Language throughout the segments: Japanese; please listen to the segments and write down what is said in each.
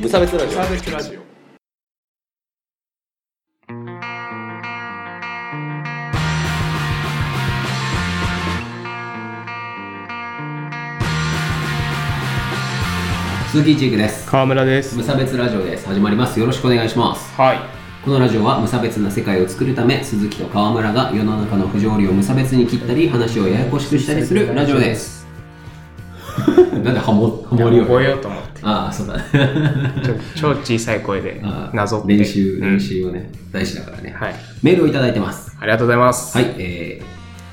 無差別ラジオサーベスラジオ鈴木一育です川村です無差別ラジオです始まりますよろしくお願いしますはいこのラジオは無差別な世界を作るため鈴木と川村が世の中の不条理を無差別に切ったり話をややこしくしたりするラジオです なんでハモハモりよ覚えようと思ってああそうだちょ超小さい声で あーなぞって練習うん練習をね、大事だからね、はいメールをいただいてますありがとうございますはいえ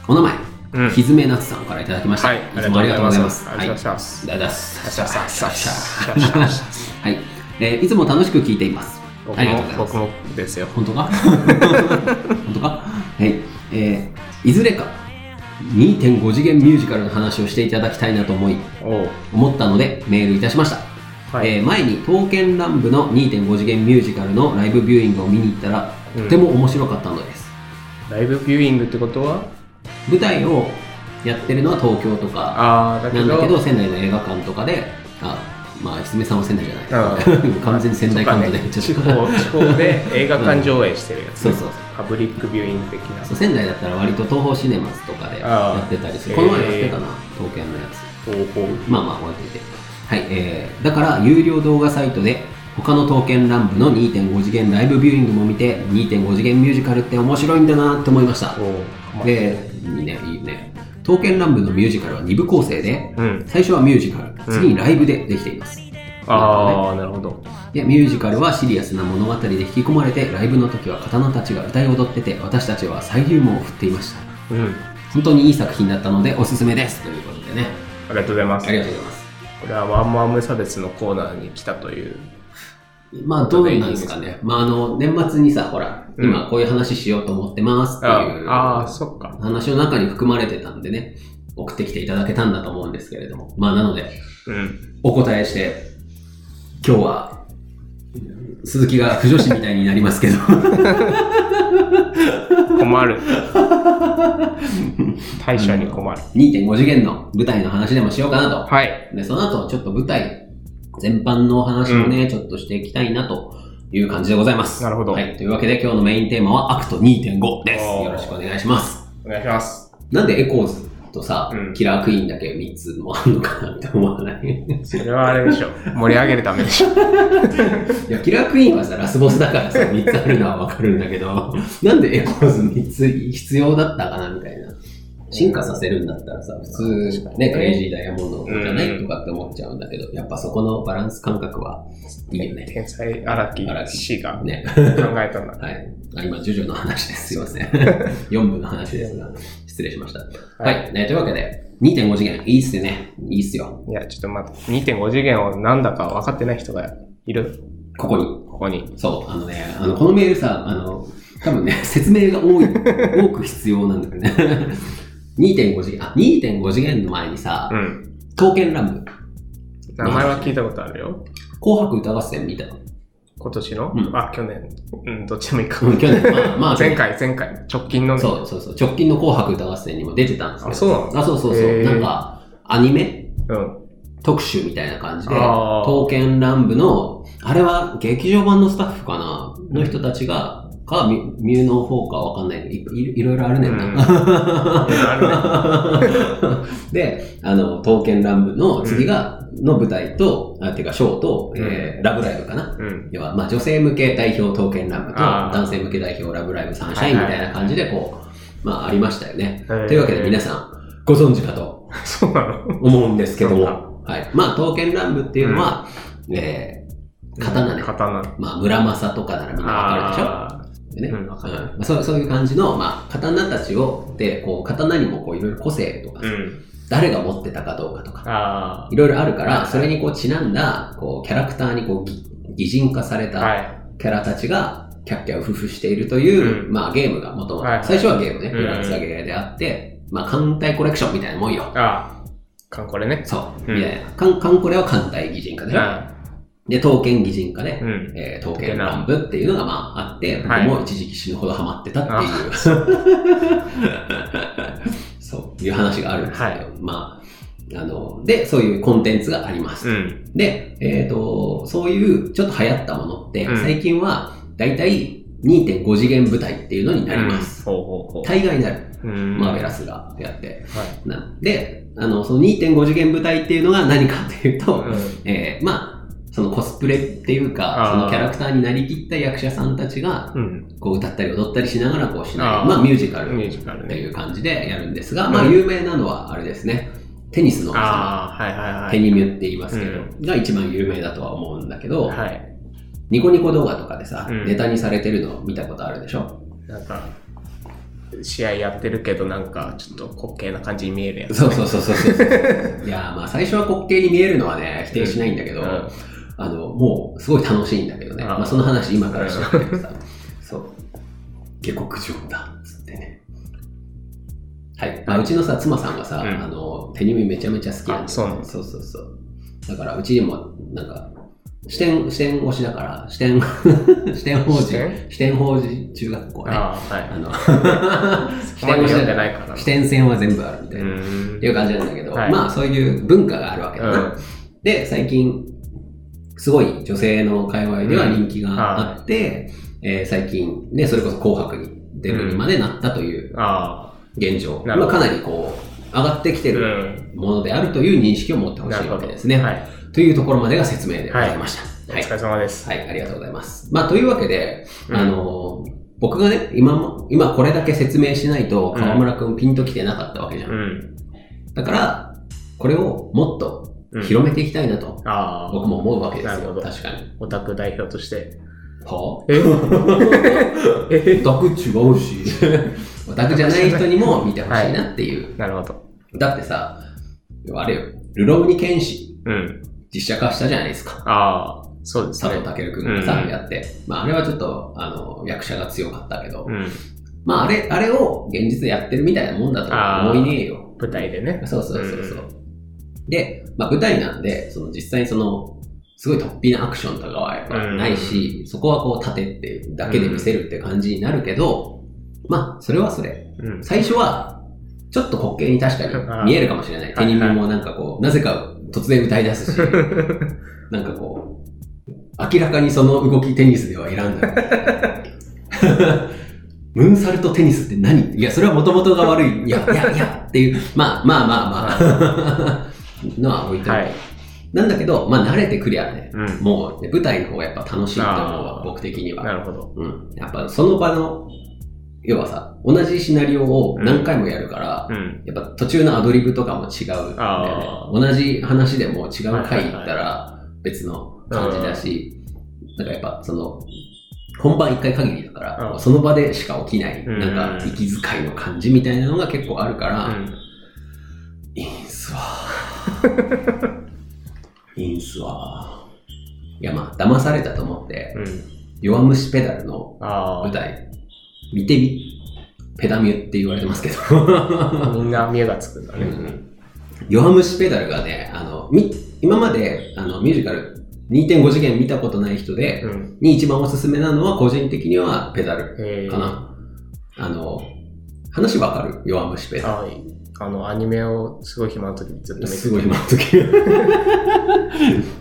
ー、お名前、うんひずめなつさんからいただきました、はいつもありがとうございますありがとうございますはいありがとうございまシすャシャシャシャシャシャシャはい、えーいつも楽しく聞いています僕ありがとうござもいます僕もですよ本当か 本当かはい。えーいずれか2.5次元ミュージカルの話をしていただきたいなと思い、おう思ったのでメールいたしました。はいえー前に刀剣乱舞の2.5次元ミュージカルのライブビューイングを見に行ったら、うんとても面白かったのです。ライブビューイングってことは舞台をやってるのは東京とか、ああだけなんどだけど仙台の映画館とかで、あ、まあ、ひつめさんは仙台じあゃない。 完全に仙台感度でめっちゃ地方地方で映画館上映してるやつ、うんそうそうパブリックビューイング的なそう仙台だったら割と東宝シネマズとかであーやってたりすへーるこの前やってたな、東京のやつ方法まあまあ置いといてはい、えー、だから有料動画サイトで他の刀剣乱舞の2.5次元ライブビューイングも見て2.5次元ミュージカルって面白いんだなって思いましたおうまあでいいねいいね刀剣乱舞のミュージカルは2部構成で、うん最初はミュージカル次にライブでできています、ああ、なるほど。でミュージカルはシリアスな物語で引き込まれてライブの時は刀たちが歌い踊ってて私たちは最優門を振っていましたうん。本当にいい作品だったのでおすすめですということでねありがとうございます。ありがとうございますこれはワンマン無差別のコーナーに来たという。まあどうなんですかねまああの年末にさほらうん今こういう話しようと思ってますってあいうあー、そっか。話の中に含まれてたんでね送ってきていただけたんだと思うんですけれどもまあなのでうん。お答えして今日は鈴木が不女子みたいになりますけど 困 る。対処に困る。 2.5次元の舞台の話でもしようかなとはい。で、その後、ちょっと舞台全般のお話をね、ちょっとしていきたいなという感じでございます。なるほどはい。というわけで、今日のメインテーマは、アクト2.5です。おーよろしくお願いします。お願いします。なんでエコーズとさ、うんキラークイーンだけ3つもあるのかなって思わないい それはあれでしょ。 盛り上げるためでしょ。や、キラークイーンはさ、ラスボスだからさ、3つ あるのはわかるんだけど、なんでエコーズ3つ必要だったかなみたいな。進化させるんだったらさ、普確か通にね、ねクレイジーダイヤモンドじゃないとかって思っちゃうんだけど、やっぱそこのバランス感覚はいいよね。天才荒木荒木氏 が考ね。えたんだ。はい。あ今、ジョジョの話です。すい ません。4部の話ですが、失礼しました。はい。ね、というわけで、2.5次元、いいっすね。いいっすよ。いや、ちょっと待って、2.5次元をなんだか分かってない人がいる。ここに。ここに。そう。あのね、あの、このメールさ、あの、多分ね、 説明が多い、多く必要なんだけどね。2.5次元、あ、2.5次元の前にさう、ん。刀剣乱舞、名前は聞いたことあるよ。紅白歌合戦見たの。今年の、うんあ、去年。うん、どっちでもいいか。うん去年、まあ、まあ、 前回、前回、直近のねそうそうそう。直近の紅白歌合戦にも出てたんですけど。あそうなのあ、そうそうそへう。ーなんか、アニメうん。特集みたいな感じで、あー刀剣乱舞の、あれは劇場版のスタッフかなの人たちが、か、ミュミューの方かわかんないいいいろいろあるねんな。うんあ で、あの、刀剣乱舞の次が、の舞台と、あていうか、ショーと、えーラブライブかな。うん。要は、まあ、女性向け代表刀剣乱舞と、あー男性向け代表ラブライブサンシャインみたいな感じで、こう、まあ、ありましたよね。と というわけで皆さん、ご存知かとそうなの思うんですけどそも、はい、まあ刀剣乱舞っていうのは、えー刀ね、刀。まあ、村正とかならみんなわかあるでしょ、ねうんわかるうんまあそうそういう感じの、まあ、刀たちをでこう刀にもこういろいろ個性とかあさ、うん。誰が持ってたかどうかとかあいろいろあるからそれにこうちなんだこうキャラクターにこう擬擬人化されあ。たはキャラたちがキャッキャウフフしているという、うんまあ、ゲームがもともとはいはい最初はゲームねうんフランスゲーであって、まあ、艦隊コレクションみたいなもんよい。ああ。かんこれね。そう。うんいやいや、かん、かんこれは艦隊擬人化ね。あで、刀剣擬人化ねあ。う。ん。えー、刀剣乱舞っていうのがまああって、僕はいも一時期死ぬほどハマってたっていう、 そういう話があるんですけど、はいまあ、あの、で、そういうコンテンツがあります。うん。で、えっ、と、そういうちょっと流行ったものって、うん最近はだいたい2.5次元舞台っていうのになります。ほうほうほ大概になる。う。うんマーベラスがやって。はなで、あの、その2.5次元舞台っていうのが何かっていうと、い。うんえーまあ、そのコスプレっていうか、あーそのキャラクターになりきった役者さんたちが、うん。こう歌ったり踊ったりしながらこうしない、あーまあミュージカルミュっージカルていね。う感じでやるんですが、まあうん有名なのはあれですね、テニスの王様、ああ、はいはいはテい。ニミュって言いますけど、うが一番有名だとは思うんだけど、はい。ニコニコ動画とかでさ、うんネタにされてるの見たことあるでしょなんか、試合やってるけど、なんか、ちょっと滑稽な感じに見えるやつ。そうそうそうそうそ う。いやーまあ最初は滑稽に見えるのはね、否定しないんだけど、うんあの、もうすごい楽しいんだけどね。ああまあ、その話今からしなくて さ。そう。下克上だ、つってね。はい。まあ、うちのさ、妻さんがさ、うんあの、手耳めちゃめちゃ好きなんあでそうなのそうそうそう。だから、うちにも、なんか、視点、視点推しだから、視 点、視点法視人、点視点法人中学校ね。あ ああ、はい。の、視あま点り推し読んでだ から、ないからな。視点線は全部あるみたいな。うんっていう感じなんだけど、はいまあそういう文化があるわけだな。うんで、最近、すごい女性の界隈では人気があって、えー最近、ね、それこそ紅白に出るまでなったというあ現状。なるまあほどかなりこう、上がってきてあ。うるん。ものであるという認識を持ってほなしるいほわどけですね。はい。というところまでが説明でございました。おはい。疲れ様です。はい、ありがとうございます。まあというわけで、うんあのー、僕がね、今も、今これだけ説明しないと、河村くんピンときてなかったわけじゃんう。ん。だから、これをもっとうん広めていきたいなと、ああ、僕も思うわけですなるよ。ほど確かに。オタク代表として。はええオタク違うし。 オタクじゃない人にも見てほしいなっていう。なるほど。だってさ、あれよ、ルローニケンシ、うん。実写化したじゃないですか。ああ、そうです佐ね藤。健くんがさ、うんやって。まあ、あれはちょっと、あの、役者が強かったけど、うん。まあ、あれ、あれを現実でやってるみたいなもんだとは思いねえよ。舞台でね。そうそうそうそう。で、まあ、舞台なんで、その実際にその、すごい突飛なアクションとかはやっぱないし、そこはこう盾ってだけで見せるって感じになるけど、まあ、それはそれ。うん。最初は、ちょっと滑稽に確かに見えるかもしれない。ん手にもなんかこう、なぜか突然歌い出 すし、なんかこう、明らかにその動きテニスでは選んだよ。 ムーンサルトテニスって何いや、それはもともとが悪い。いや、いや、いや、っていう。まあまあまあまあ。のは置いておいてはい。なんだけど、まあ慣れてくりゃね、うん。もうね、舞台の方がやっぱ楽しいと思うわあ、ー僕的には。なるほど。うん。やっぱその場の、要はさ、同じシナリオを何回もやるから、うん。やっぱ途中のアドリブとかも違うんだあよね。同じ話でも違う回行ったら別の感じだし、なんかやっぱその、本番一回限りだから、うんその場でしか起きない、うんなんか息遣いの感じみたいなのが結構あるかうら、ん。いいんすわ。いいんすわ。いやまあ、騙されたと思って、うん。弱虫ペダルのあ舞台、見てみ、ペダミュって言われてますけど あ。。みんな見えがつくんだうね。ん弱虫ペダルがね、あの、み、今まで、あの、ミュージカル2.5次元見たことない人で、うん。に一番おすすめなのは、個人的にはペダルえかー。な。あの、話わかる弱虫ペダあーあの、アニメをすごい暇な時にずっと見ル。てすごい今の時。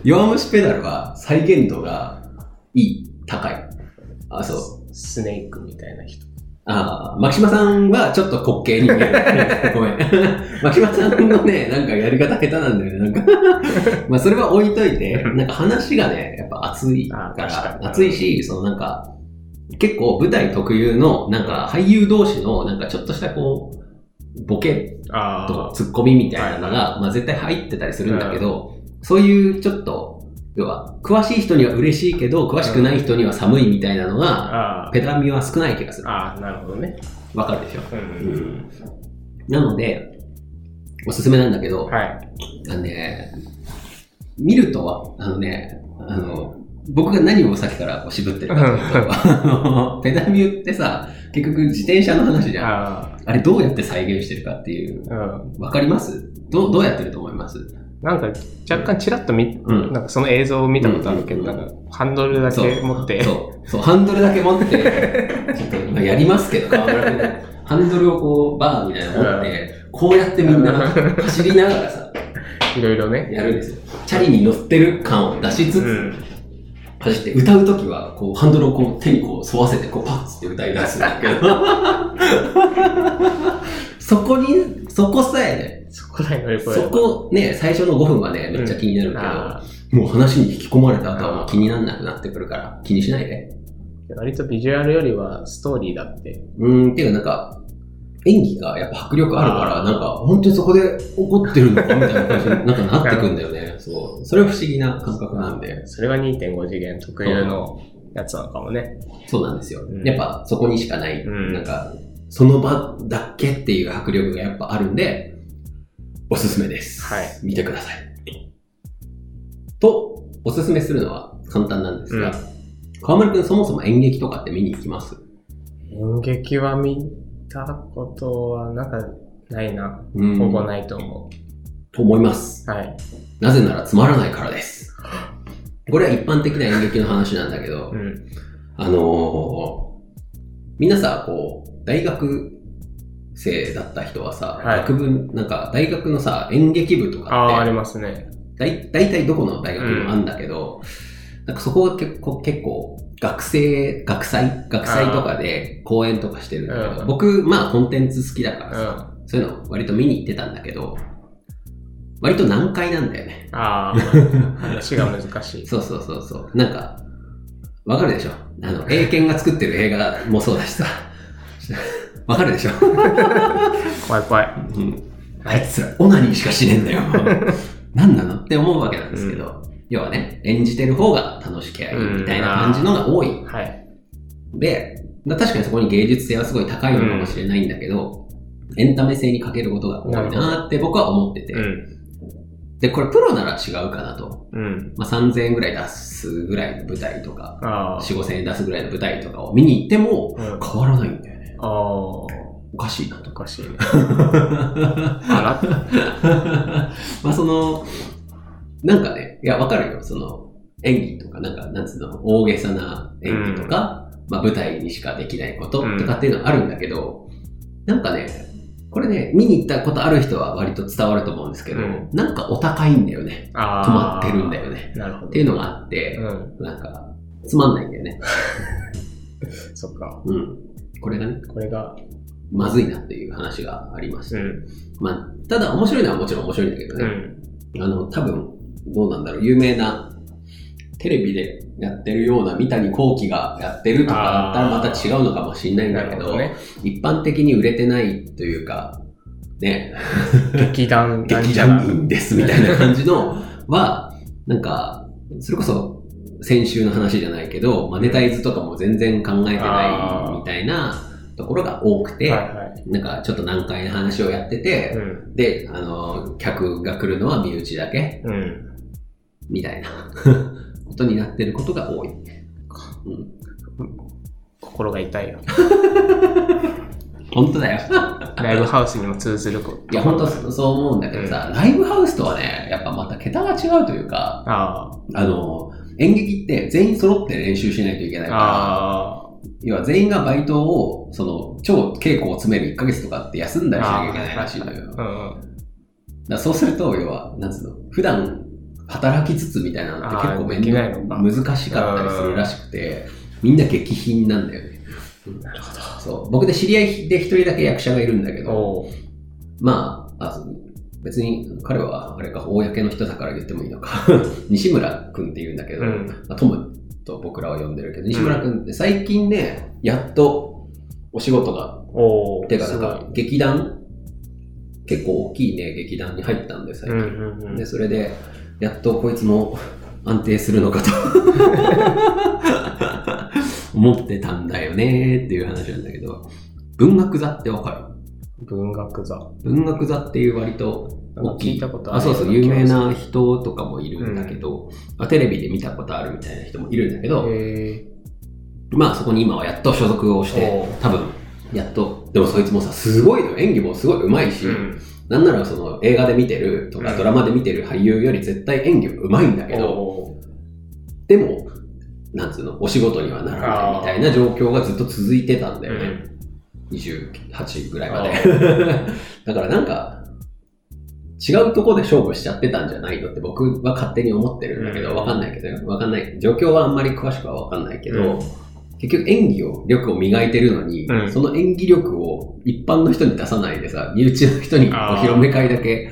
弱虫ペダルは再現度がいい、高い。あ、そう。う。スネークみたいな人。ああ、牧島さんはちょっと滑稽に見え る。ごめん。 牧島さんのね、なんかやり方下手なんだよね。なんか。 まあ、それは置いと いて、なんか話がね、やっぱ熱いか、あー確からに熱いし、そのなんか、結構舞台特有の、なんか俳優同士の、なんかちょっとしたこう、ボケあとかあ。ツッコミみたいなのが、まあ絶対入ってたりするんだけど、そういうちょっと、要は、詳しい人には嬉しいけど、詳しくない人には寒いみたいなのが、あペダミは少ない気がすあ。る。ああ、なるほどね。わかるでしょうん。なので、おすすめなんだけど、はい。あのね、見るとは、あのね、あの、僕が何をさっきからこう渋ってるかというと、あのペダミュってさ、結局自転車の話じゃん。ああれどうやって再現してるかっていう、あ。うん。わかりますどうどうやってると思いますなんか若干ちらっと見、うんなんかその映像を見たことあるけど、うんうんなんかハンドルだけ持って、そう、そう、ハンドルだけ持って、ちょっとまあやりますけど、河村君ハンドルをこう、バーみたいなの持って、こうやってみんな走りながらさ、いろいろね。やるんですよ。チャリに乗ってる感を出しつつ、うん。走って、歌うときは、こう、ハンドルをこう、手にこう、沿わせて、こう、パッつって歌い出すんだけど。 そこに、そこさえね、そこだよね、これ。そこね、最初の5分はね、めっちゃ気になるけど、あーもう話に引き込まれた後はもう気にならなくなってくるから、気にしないで。割とビジュアルよりはストーリーだって。うーん、っていうかなんか、演技がやっぱ迫力あるから、なんか、本当にそこで怒ってるのかみたいな感じになんかなってくん だよね。そう。それは不思議な感覚なんで。それが2.5次元特有のやつなのかもね。そうなんですよ。うんやっぱそこにしかない、うんなんか、その場だけっていう迫力がやっぱあるんで、おすすめです。はい。見てください。と、おすすめするのは簡単なんですが、うん川村くんそもそも演劇とかって見に行きます演劇は見たことはなんかないな。うんほぼないと思と思います。う。はい。なぜならつまらないからです。これは一般的な演劇の話なんだけどう、ん。あのー、みんなさ、こう、大学生だった人はさ、はい学部、なんか大学のさ、演劇部とああー、かあっりて、ますね。だい大体どこの大学にうんもあるんだけど、なんかそこは結構、結構、学生、学祭学祭とかで講演とかしてるんだけど、うん僕、まあコンテンツ好きだうからん。さ、あそういうの割と見に行ってたんだけど、割と難解なんだよね。あー、話が難しい。そうそうそうそう。なんか、わかるでしょあの、英検が作ってる映画もそうだしさ。 わかるでしょ、怖い怖い。うん、あいつらオナニーしかしねえんだよ。何なのって思うわけなんですけど、要はね、演じてる方が楽しけりゃいいみたいな感じのが多い。はい。で、まあ確かにそこに芸術性はすごい高いのかもしれないんだけど、エンタメ性に欠けることが多いなーって僕は思ってて。うん。で、これプロなら違うかなと。うん。まあ、3000円ぐらい出すぐらいの舞台とか、ああ。 4、5000円出すぐらいの舞台とかを見に行ってもうん、あ変わらないんだよね。あー、おおかしいなとか しいね。あら まあその、なんかね、いや、わかるよ。その、演技とか、なんか、なんつうの、大げさな演技とか、まあ舞台にしかできないこととかっていうのはあるんだけど、なんかね、これね、見に行ったことある人は割と伝わると思うんですけど、うんなんかお高いんだよね。あ止あ。まってるんだよね。なるほど。っていうのがあって、うん。なんか、つまんないんだよね。そっか。うん。これがね、これが、まずいなっていう話がありましうた。ん。まあ、ただ面白いのはもちろん面白いんだけどうね。ん。あの、多分、どうなんだろう、有名な、テレビでやってるような三谷幸喜がやってるとかだったらまた違うのかもしれないんなだけるほど、どね。一般的に売れてないというか、ね、劇団なん劇ちゃら団員ですみたいな感じのは、 なんか、それこそ先週の話じゃないけど、マネタイズとかも全然考えてあないーみたいなところが多くて、はいはい。なんかちょっと難解な話をやってうて、ん。で、あの、客が来るのは身内だけ、うん。みたいな ことになってることが多い。うん、心が痛いよ。本当だよ。ライブハウスにも通ずること。いや、本当そそう思うんだけどさ、ライブハウスとはね、やっぱまた桁が違うというか、ああの、演劇って全員揃って練習しないといけないあ。から、ああ。要は全員がバイトを、その、超稽古を詰める1ヶ月とかって休んだりしなきゃいけないらしいのよ。だかうん。らそうすると、要は、なんつうの、普段働きつつみたいなのって結構あー面できない倒のか難しかったりするらしくて、みんな激貧なんだよね。なるほそう。僕で知り合いで一人だけ役者がいるんだけど。ど、おお。まあ、あそう別に彼は、あれか、公の人だから言ってもいいのか。 西村くんって言うんだけど、うん。まあトムと僕らは呼んでるけど、西村君って最近ね、やっとお仕事が、おお。てかなんすか劇団、結構大きいね、劇団に入ったんで、最ごい。うん近。うんうで、ん。それで、やっとこいつも安定するのかと 思ってたんだよねっていう話なんだけど、文学座ってわか文学座。る文学座っていう割となん大かきい聞いたことある。あそうそう、有名。な人とかもいるんだけど、まあテレビで見たことあるみたいな人もいるんだけど、えまあそこに今はやっと所属をしておう、多分、やっと、でもそいつもさ、すごいの、演技もすごい上手いえし、うん。なんならその映画で見てるとか、うんドラマで見てる俳優より絶対演技も上手いんだけど、おーでも、なんつうの、お仕事にはならないみたいな状況がずっと続いてたんだよね。28ぐらいまで。だからなんか、違うとこで勝負しちゃってたんじゃないのって僕は勝手に思ってるんだけうど、んわかんないけど、わかんない。状況はあんまり詳しくはわかんないけうんど、結局演技を、力を磨いてるのにう、んその演技力を一般の人に出さないでさ、身内の人におあー披露目会だけ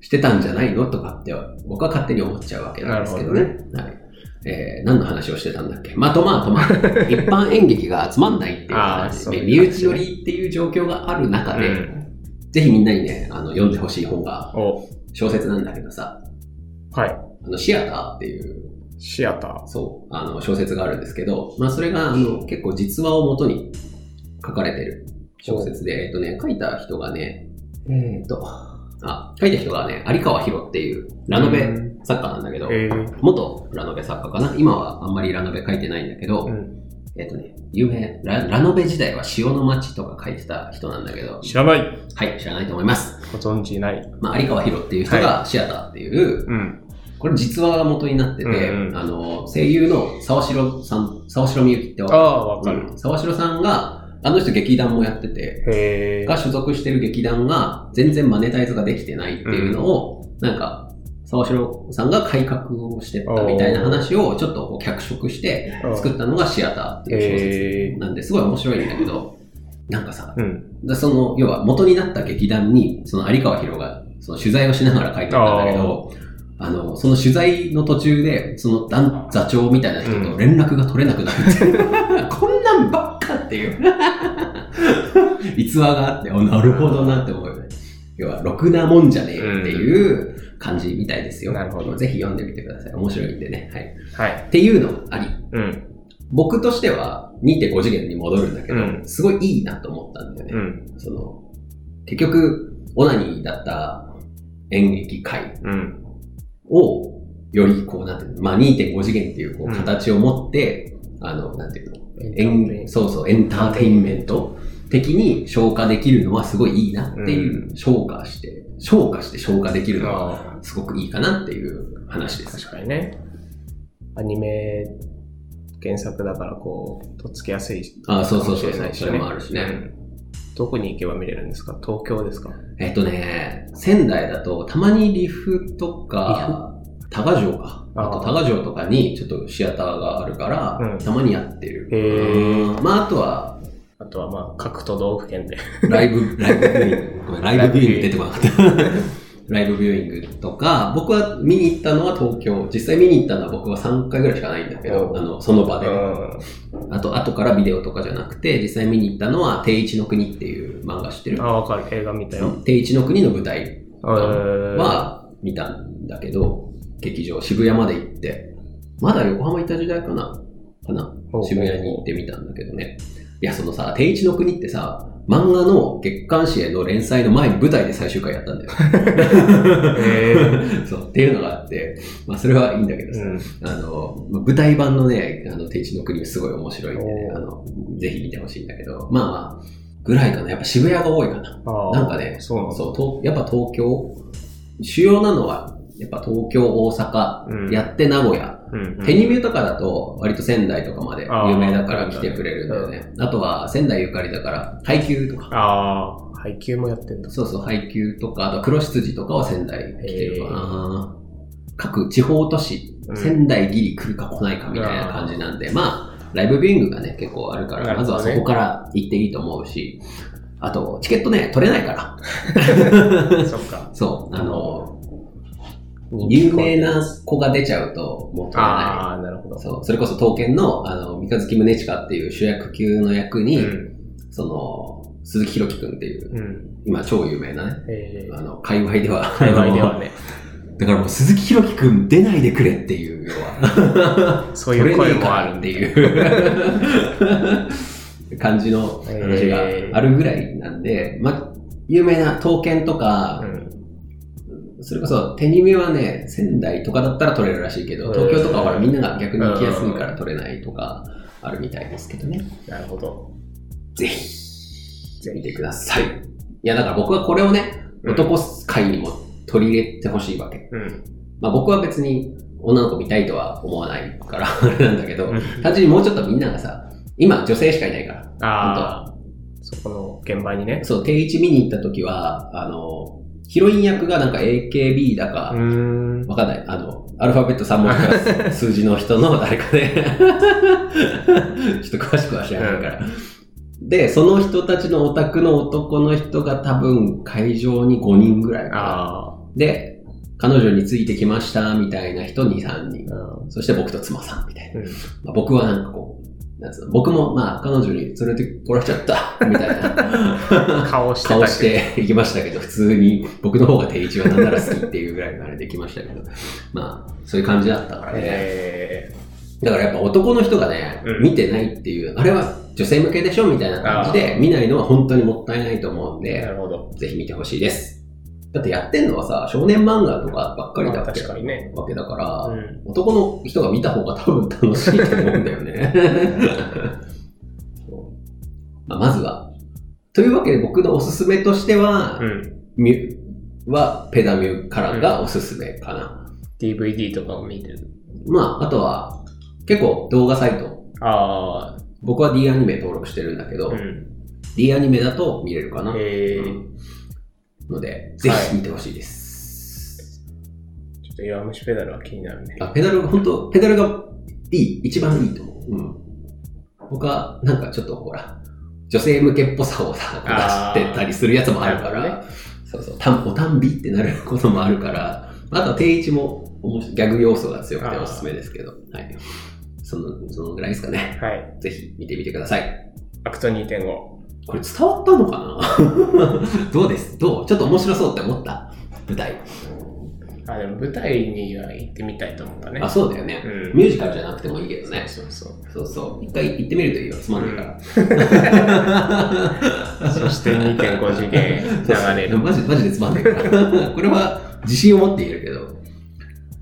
してたんじゃないのとかって、僕は勝手に思っちゃうわけなんですけどね。なはい。えー何の話をしてたんだっけまあ、とまあ とまあ、一般演劇が集まんないっていうあー話そうで、いう身感内じね寄りっていう状況がある中うで、ん。ぜひみんなにね、あの、読んでほしい本が、お、小説なんだけどさ、はあの、シアターっていう、い。シアター。そう、あの、小説があるんですけど、まあ、それが、あの、結構実話をもとに書かれてる小説で、えっとね、書いた人がね、えっと、あ、書いた人がね、有川博っていう、ラノうベん作家なんだけど、え元ラノベ作家かな今はあんまりラノベ書いてないんだけど、うんえっとね、有名ラ、ラノベ時代は潮の町とか書いてた人なんだけどー、知らない。はい、知らないと思います。ご存知ない。まあ、有川博っていう人がシアターっていう、うん。これ実話が元になってうて、んうんあの、声優の沢城さん、沢城みゆきってわあかあ、わかるる。うん沢城さんが、あの人劇団もやってて、へえが。所属してる劇団が全然マネタイズができてないっていうのを、なんか、沢城さんが改革をしてったみたいな話をちょっとこう脚色して作ったのがシアターっていう小説へえ。なんですごい面白いんだけど、なんかさ、うん。だその、要は元になった劇団に、その有川博が、その取材をしながら書いてたんだけど、あの、その取材の途中で、その団座長みたいな人と連絡が取れなくなるっていう、 こんなんばっかっていう。 逸話があって、おなるほどなって思うよね。要は、ろくなもんじゃねえっていう感じみたいですよ。なるほどぜひ読んでみてください。面白いんでね。はい。はい。っていうのあり。うん。僕としては2.5次元に戻るんだけど、うんすごいいいなと思ったんだよね。うん。その、結局、オナニーだった演劇界うん。を、よりこう、なんていうの、まあ2.5次元っていうこううん形を持って、あの、なんていうの、演、そうそう、エンターテインメント的に消化できるのはすごいいいなっていう、消化して、消化して消化できるのあはすごくいいかなっていう話であ、す。確かにね。アニメ原作だから、こう、とっつきやすいあそうかそもうしそうれそなう、いしそね。れもあるしね。うんどこに行けば見れるんですか東京ですかえっとね、仙台だと、たまにリフとか、多賀城か。ああーと多賀城とかにちょっとシアターがあるから、うんたまにやってる。へーうんまああとは、あとはまあ、各都道府県で。ライブ、ライブビューイング。ごめんライブビューイング出てこなかった。 ライブビューイングとか、僕は見に行ったのは東京。実際見に行ったのは僕は3回ぐらいしかないんだけどう、んあの、その場で。うんあと、後からビデオとかじゃなくて、実際見に行ったのは、定一の国っていう漫画知ってるあ、わかる。映画見たよ。定一の国の舞台は、は見たんだけど、劇場、渋谷まで行って、まだ横浜行った時代かなかなほうほう渋谷に行ってみたんだけどね。いや、そのさ、定一の国ってさ、漫画の月刊誌への連載の前に舞台で最終回やったんだよ。へー そう、っていうのがあって、まあそれはいいんだけどさ、うんあの、まあ舞台版のね、あの、定置の国すごい面白いんでねお、ーあの、ぜひ見てほしいんだけど、まあまあ、ぐらいかな。やっぱ渋谷が多いかな。あーなんかねそうなのそうと、やっぱ東京、主要なのは、やっぱ東京、大う阪、んやって名古屋。うんテニミューとかだと、割と仙台とかまであー有名だから来てくれるんだよね。あとは仙台ゆかりだから、配給とか。ああ、配給もやってん だ。そうそう、配給とか、あと黒羊とかは仙台来てるかな。各地方都市、うん仙台ギリ来るか来ないかみたいな感じなんで、まあ、ライブビューイングがね、結構あるから、なるまほずどねはそこから行っていいと思うし、あと、チケットね、取れないから。そっか。そう、あの、有名な子が出ちゃうと、もう取れなああ、なるほど。い。そうそれこそ刀剣のあの三日月宗近っていう主役級の役に、ん。その鈴木ひろきくんっていう、うん。今超有名なね、えあー、の界隈では、海外ではね、 だからもう鈴木ひろきくん出ないでくれっていう、要は、そういう声もあるん取で。れねえからっていう 感じの話があるぐらいなんで、まあ、有名な刀剣とか、うん。それこそ手に目はね、仙台とかだったら取れるらしいけど、うん東京とかはほらみんなが逆に行きやすいから取れないとかあるみたいですけどね。なるほど。ぜひ、ぜひ見てください。いや、だから僕はこれをね、うん男界にも取り入れてほしいわけ。うん。まあ僕は別に女の子見たいとは思わないから、 あれなんだけど、 単純にもうちょっとみんながさ、今女性しかいないから、ああ、そこの現場にね。そう、定位置見に行った時は、あの、ヒロイン役がなんか AKB だか、ん。わかんない。あの、アルファベット3文字から数字の人の誰かで、 ちょっと詳しくは知らないから。で、その人たちのオタクの男の人が多分会場に5人ぐらいかなあで、彼女についてきましたみたいな人2、3人。あ。うんそして僕と妻さんみたいな。うんまあ、僕はなんかこう、なんつうの、僕もまあ彼女に連れてこられちゃったみたいな顔してたけど顔して行きましたけど、普通に僕の方が定位置はなんなら好きっていうぐらいのあれで来ましたけど、まあそういう感じだったからね。えだからやっぱ男の人がねう、ん見てないっていう、あれは女性向けでしょみたいな感じで見ないのは本当にもったいないと思うんえなで、るほど。ぜひ見てほしいです。だってやってんのはさ、少年漫画とかばっかりだまあっけ確かにね。わけだかうら、ん。男の人が見た方が多分楽しいと思うんだ よね。そうまあまずは。というわけで僕のおすすめとしては、うん。ミュはペダミュからがおすすめかな。 DVD とかを見てる。まあ、あとは、結構動画サイト。ああ。僕は D アニメ登録してるんだけど、うん。 D アニメだと見れるかな。ええうんので、ぜひ見てほしいです。ちょっと弱虫ペダルは気になるね。あペダルが、本当ペダルがいい。一番いいと思う。うん。僕は、なんかちょっとほら、女性向けっぽさをさ、あー出してたりするやつもあるなかるほら、そうそう、たんおたんびってなることもあるから、あとは定位置も面白いギャグ要素が強くておすすめですけど、はい。その、そのぐらいですかね。はい。ぜひ見てみてください。アクト2.5。これ伝わったのかな どうですどうちょっと面白そうって思った舞台。あ、でも舞台には行ってみたいと思ったね。あ、そうだよね。うん。ミュージカルじゃなくてもいいけどね。そうそう。そうそう。一回行ってみるといいよ。つまんないから。そして2.5次元流 れる。マジ、マジでつまんないから。 これは自信を持って言えるけど、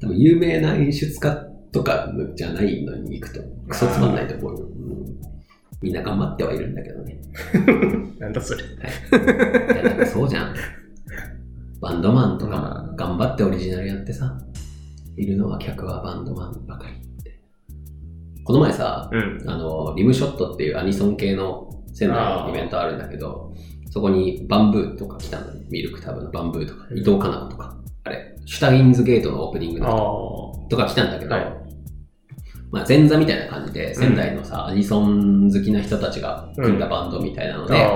多分有名な演出家とかじゃないのに行くと、クソつまんないと思うよ。うんみんな頑張ってはいるんだけどね。なんだそれ。いやなんかそうじゃん。バンドマンとかまも頑張ってオリジナルやってさ、いるのは客はバンドマンばかりって。この前さ、うん。あの、リムショットっていうアニソン系の仙台のイベントあるんだけど、そこにバンブーとか来たのねミルクタブのバンブーとか、うん伊藤かな子とか、あれ、シュタインズゲートのオープニングああ。のとか来たんだけど、はいまあ前座みたいな感じで、仙台のさ、アニソン好きな人たちが組んだバンドみたいなのあで、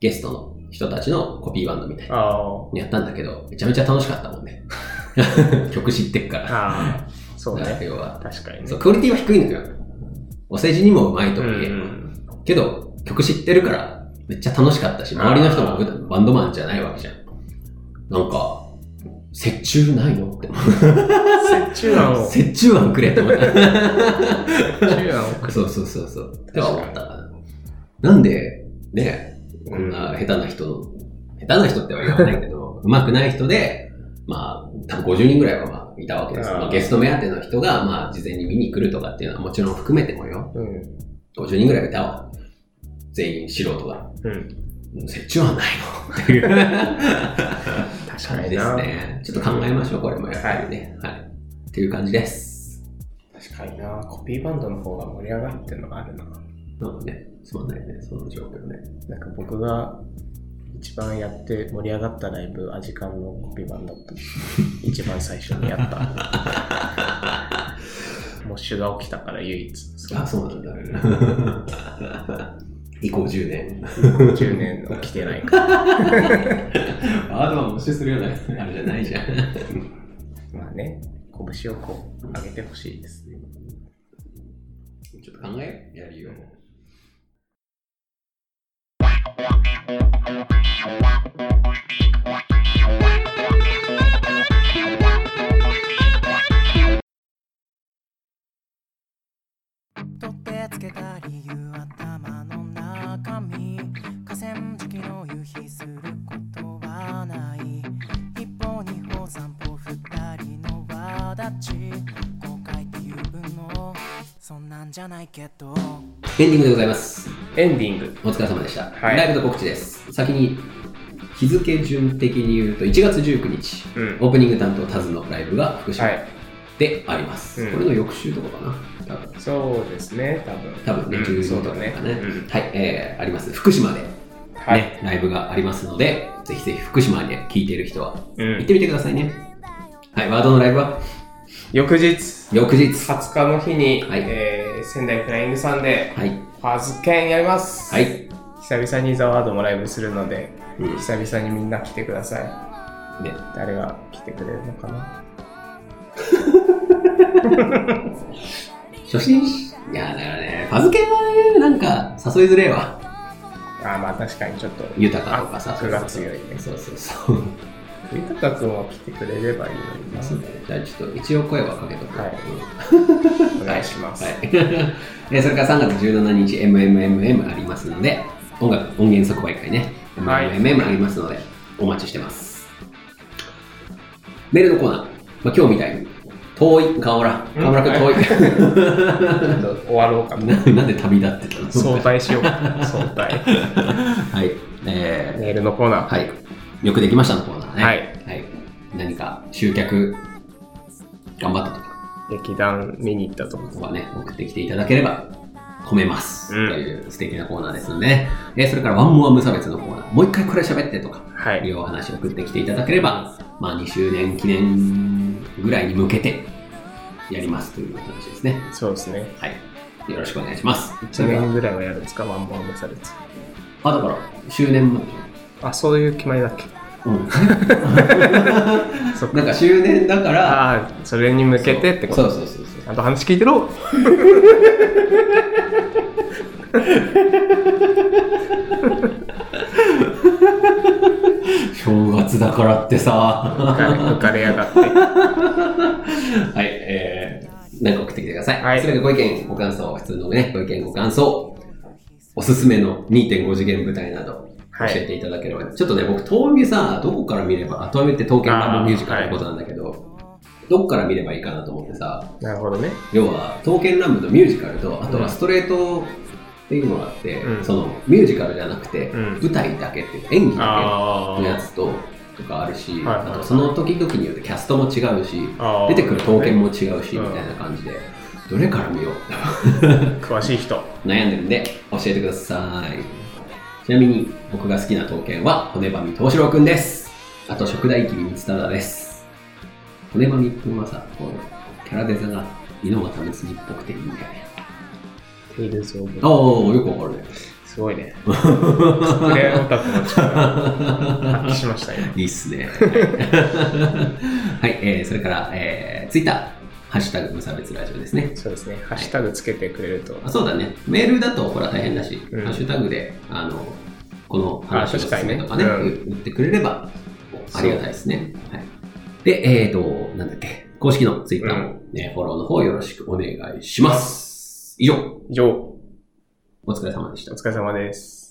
ゲストの人たちのコピーバンドみたいあ。あなやったんだけど、めちゃめちゃ楽しかったもん ね。曲知ってっかあ。ら。ああ。そうだからね。要は確かにね。そう、クオリティは低いのよ。お世辞にもうまいとうはいえ、ん。けど、曲知ってるから、めっちゃ楽しかったし、周りの人も普段バンドマンじゃないわけじゃん。なんか、折衷ないのって思っ折 衷案を。た。折衷案くれって思った。折 衷案を。そうそうそうそう。って確かに思ったかな。なんで、ね、こうんんな下手な人の、下手な人っては言わないけど、上手くない人で、まあ、多分50人ぐらいはまあいたわけです。あーまあ、ゲスト目当ての人が、まあ、事前に見に来るとかっていうのはもちろん含めてもよ。うん。 50人ぐらいいたわ。全員素人が。うん。折衷案ないのっていう確か感じにですな。ね。ちょっと考えましょう、これもやっぱりね。はい。っていう感じです。確かにな。コピーバンドの方が盛り上がってるのがあるな。なのでね、つまんないね、その状況ね。なんか僕が一番やって盛り上がったライブ、アジカンのコピー版だった。 一番最初にやった。モッシュが起きたから唯一。あ、そうなん だ。以降10年。 10年起きてない から。ワードは無視するようなあれじゃないじゃん。まあね、拳をこう上げてほしいですね。ちょっと考えようやるよ。取ってつけた理由頭の中身河川敷の夕日することはない一歩二歩三歩二人の輪立ち後悔っていうのそんなんじゃないけどエンディングでございます。エンディング。お疲れ様でした。はいライブの告知です。先に、日付順的に言うと1月19日、うん。オープニング担当タズのライブが福島はい。であります、うんこれの翌週とかかな多分そうですね、多分。多分ね、うん12そとうかだねね、。うんはい、えー、あります福島ではいね、ライブがありますので、ぜひぜひ福島で聴いてる人はう行っん。てみてくださいね。はい、ワードのライブは翌日、翌日。 20日の日に、はいえー仙台フライングさんで、はい。ファズケンやります。はい。久々にザワードもライブするので、うん久々にみんな来てください。ね、誰が来てくれるのかな初心者、いや、だからね、パズケンはね、なんか誘いづれえわ。あーまあ確かにちょっと、豊かとかさ、悪が強いね。そうそうそう。豊田君は来てくれればいいのにな。そうだねじゃあちょっと一応声はかけとく。はいうんお願いします。はい、えーそれから3月17日 MMMM ありますので音楽音源即売会ねはい MMMM ありますのでお待ちしてますメールのコーナー、まあ、今日みたいに遠い河村河村君遠ちい、 ょっと終わろうかな。ななんで旅立ってたの早退しよう か。早退。はいえメールのコーナー。ーはいよくできましたのコーナーねはいはい、何か集客頑張ったとか劇団見に行ったとこ。はね、送ってきていただければ、込めます。うんという素敵なコーナーですので、ね、えーそれからワンモア無差別のコーナー、もう一回これ喋ってとか、はいい。うお話を送ってきていただければ、まあ2周年記念ぐらいに向けて、やりますというお話ですね。そうですね。はい。よろしくお願いします。 1年ぐらいはやるんですかワンボン無差別。あ、だから、周年までじあ、そういう決まりだっけゃんうん。 そっなんか。か周年だから、ああ、それに向けてってことそうそうそうそう。ちゃんと話聞いてろ正月だからってさ。浮かれ浮かれやが って。はい、えー、なんか送ってきてください。はいそれがご意見、ご感想、普通のね、ご意見、ご感想、おすすめの2.5次元舞台など、教はいえていただければ、ちょっとね、僕、遠見さ、どこから見れば、あ、遠見って東京ラブミュージカルのことなんだけど、どこから見ればいいかなと思ってさ、なるほどね。要は、刀剣乱舞のミュージカルと、あとはストレートっていうのがあって、うんその、ミュージカルじゃなくて、うん舞台だけっていうか、演技だあけのやつと、とかあるし、はいはいあとその時々によってキャストも違うし、あ。出てくる刀剣も違うし、うんみたいな感じで、どれから見よう 詳しい人。悩んでるんで、教えてください。ちなみに、僕が好きな刀剣は、骨ばみ藤四郎くんです。あと、食大切り三つ忠です。骨ばみくんはさ、こう、キャラデザが、井の又結っぽくていいんだよね。テイルズオブああ、よくわかるね。すごいね。隠れ オタクの力発揮しましたよ。いいっ すね。はい、えー、それから、えー、ツイッター、ハッシュタグ無差別ラジオですね。そうですね。ハッシュタグつけてくれると。あそうだね。メールだとほら大変だし、うんハッシュタグで、あの、この話をあ確か進にめねとかね、う言ってくれればそうありがたいですね。はい、で、えっ、ー、と、なんだっけ、公式のツイッターも、ねフォローの方よろしくお願いします。以上、以上、お疲れ様でしたお。疲れ様です。